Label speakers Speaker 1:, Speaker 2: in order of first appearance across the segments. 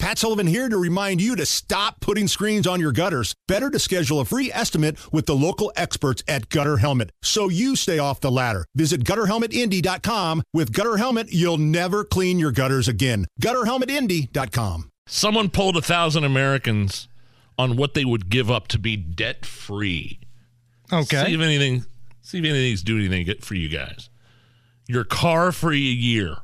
Speaker 1: Matt Sullivan here to remind you to stop putting screens on your gutters. Better to schedule a free estimate with the local experts at Gutter Helmet so you stay off the ladder. Visit gutterhelmetindy.com. With Gutter Helmet, you'll never clean your gutters again. Gutterhelmetindy.com.
Speaker 2: Someone polled a thousand Americans on what they would give up to be debt free.
Speaker 3: Okay.
Speaker 2: See if anything. See if anything's do anything good for you guys. Your car for a year.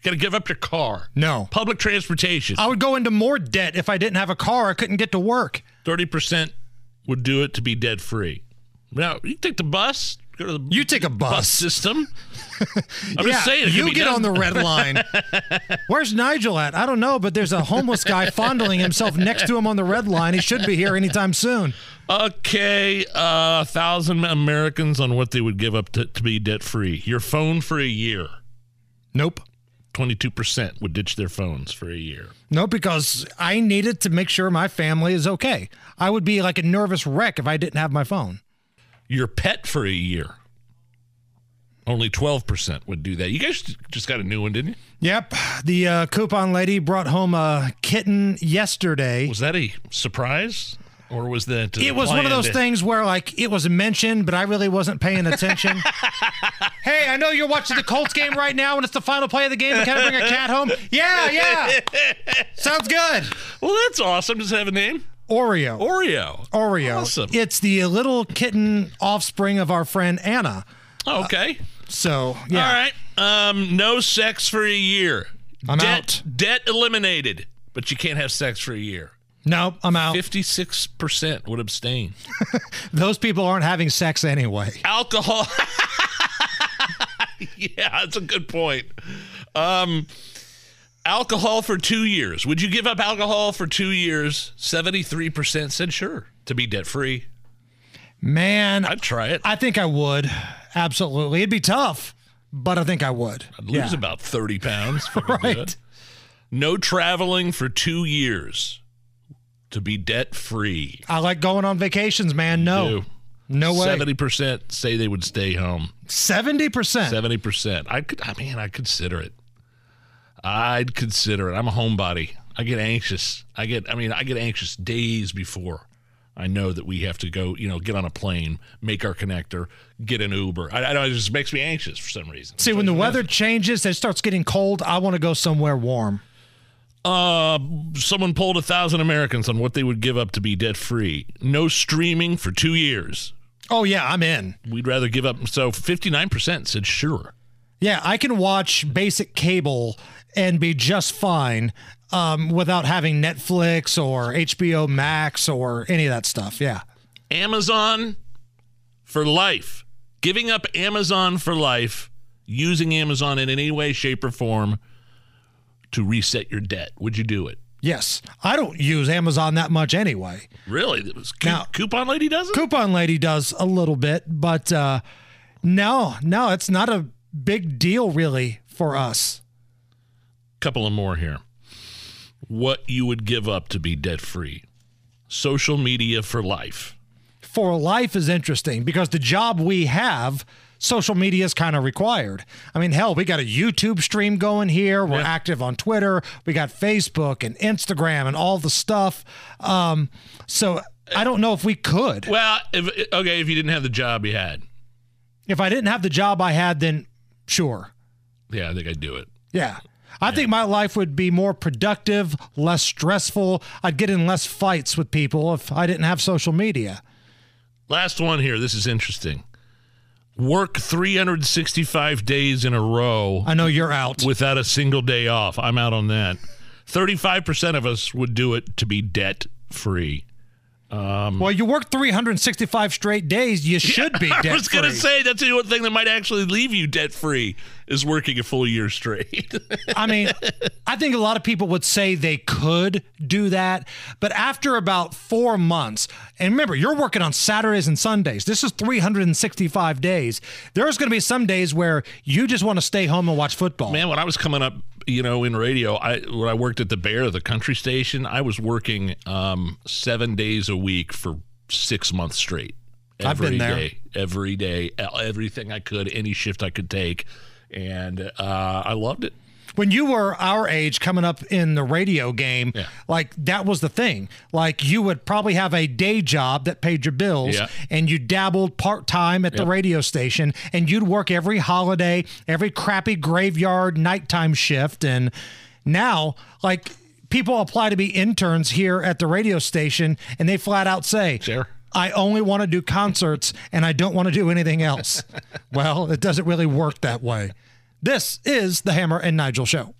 Speaker 2: You gotta give up your car.
Speaker 3: No.
Speaker 2: Public transportation.
Speaker 3: I would go into more debt if I didn't have a car. I couldn't get to work.
Speaker 2: Thirty percent would do it to be debt free. Now you take the bus. Go to the
Speaker 3: You take a
Speaker 2: bus
Speaker 3: bus.
Speaker 2: system. I'm
Speaker 3: yeah,
Speaker 2: just saying. it could
Speaker 3: you
Speaker 2: be
Speaker 3: get
Speaker 2: done.
Speaker 3: on the red line. Where's Nigel at? I don't know, but there's a homeless guy fondling himself next to him on the red line. He should be here anytime soon.
Speaker 2: Okay, a thousand Americans on what they would give up to, to be debt free. Your phone for a year.
Speaker 3: Nope.
Speaker 2: Twenty-two percent would ditch their phones for a year.
Speaker 3: Nope, because I needed to make sure my family is okay. I would be like a nervous wreck if I didn't have my phone.
Speaker 2: Your pet for a year. Only twelve percent would do that. You guys just got a new one, didn't you?
Speaker 3: Yep. The uh, coupon lady brought home a kitten yesterday.
Speaker 2: Was that a surprise, or was that uh,
Speaker 3: It was one of those
Speaker 2: planned?
Speaker 3: things where, like, it was mentioned, but I really wasn't paying attention. hey, I know you're watching the Colts game right now, and it's the final play of the game. Can I bring a cat home? Yeah, yeah. Sounds good.
Speaker 2: Well, that's awesome. Does it have a name?
Speaker 3: Oreo.
Speaker 2: Oreo.
Speaker 3: Oreo.
Speaker 2: Awesome.
Speaker 3: It's the little kitten offspring of our friend Anna.
Speaker 2: Okay.
Speaker 3: So, uh, yeah.
Speaker 2: All right. Um, no sex for a year.
Speaker 3: I'm
Speaker 2: debt,
Speaker 3: out.
Speaker 2: Debt eliminated, but you can't have sex for a year.
Speaker 3: Nope, I'm out.
Speaker 2: Fifty-six percent would abstain.
Speaker 3: Those people aren't having sex anyway.
Speaker 2: Alcohol. yeah, that's a good point. Um, alcohol for two years. Would you give up alcohol for two years? Seventy-three percent said sure to be debt-free.
Speaker 3: Man,
Speaker 2: I'd try it.
Speaker 3: I think I would. Absolutely. It'd be tough, but I think I would.
Speaker 2: I'd lose
Speaker 3: Yeah.
Speaker 2: about thirty pounds. if I could do
Speaker 3: Right.
Speaker 2: it. No traveling for two years to be debt-free.
Speaker 3: I like going on vacations, man. No.
Speaker 2: Do.
Speaker 3: No way.
Speaker 2: Seventy percent say they would stay home.
Speaker 3: 70%.
Speaker 2: Seventy percent. I could. I mean, I consider it. I'd consider it. I'm a homebody. I get anxious. I get. I mean, I get anxious days before I know that we have to go. You know, get on a plane, make our connector, get an Uber. I, I know it just makes me anxious for some reason.
Speaker 3: See, when the weather changes, it starts getting cold. I want to go somewhere warm.
Speaker 2: Uh, someone polled a thousand Americans on what they would give up to be debt free. No streaming for two years.
Speaker 3: Oh, yeah, I'm in.
Speaker 2: We'd rather give up. So fifty nine percent said sure.
Speaker 3: Yeah, I can watch basic cable and be just fine um, without having Netflix or HBO Max or any of that stuff. Yeah.
Speaker 2: Amazon for life. Giving up Amazon for life, using Amazon in any way, shape, or form to reset your debt. Would you do it?
Speaker 3: Yes. I don't use Amazon that much anyway.
Speaker 2: Really? That was
Speaker 3: Now-
Speaker 2: coupon lady does it?
Speaker 3: coupon lady does a little bit, but uh, no, no, it's not a big deal really for us.
Speaker 2: Couple of more here. What you would give up to be debt free. Social media for life.
Speaker 3: For life is interesting because the job we have, social media is kind of required. I mean, hell, we got a YouTube stream going here. We're active on Twitter. We got Facebook and Instagram and all the stuff. Um, so I don't know if we could.
Speaker 2: Well, if, okay, if you didn't have the job you had,
Speaker 3: If I didn't have the job I had, then sure.
Speaker 2: yeah, I think I'd do it.
Speaker 3: Yeah. I think my life would be more productive, less stressful. I'd get in less fights with people if I didn't have social media.
Speaker 2: Last one here. This is interesting. Work 365 days in a row.
Speaker 3: I know you're out.
Speaker 2: without a single day off. I'm out on that. 35% of us would do it to be debt free.
Speaker 3: well, you work 365 straight days. You should be debt
Speaker 2: I was going to say that's the one thing that might actually leave you debt free is working a full year straight.
Speaker 3: I mean, I think a lot of people would say they could do that, but after about four months, and remember, you're working on Saturdays and Sundays. This is 365 days. There's going to be some days where you just want to stay home and watch football.
Speaker 2: Man, when I was coming up, you know, in radio, I when I worked at the Bear, the country station, I was working um, seven days a week for six months straight.
Speaker 3: I've been
Speaker 2: Every
Speaker 3: there.
Speaker 2: day, every day, e- everything I could, any shift I could take, and uh, I loved it.
Speaker 3: when you were our age coming up in the radio game,
Speaker 2: Yeah.
Speaker 3: like that was the thing. Like you would probably have a day job that paid your bills
Speaker 2: Yeah.
Speaker 3: and you dabbled part time at the radio station and you'd work every holiday, every crappy graveyard nighttime shift. And now, like, people apply to be interns here at the radio station and they flat out say,
Speaker 2: Sure.
Speaker 3: I only want to do concerts and I don't want to do anything else. well, it doesn't really work that way. This is the Hammer and Nigel Show.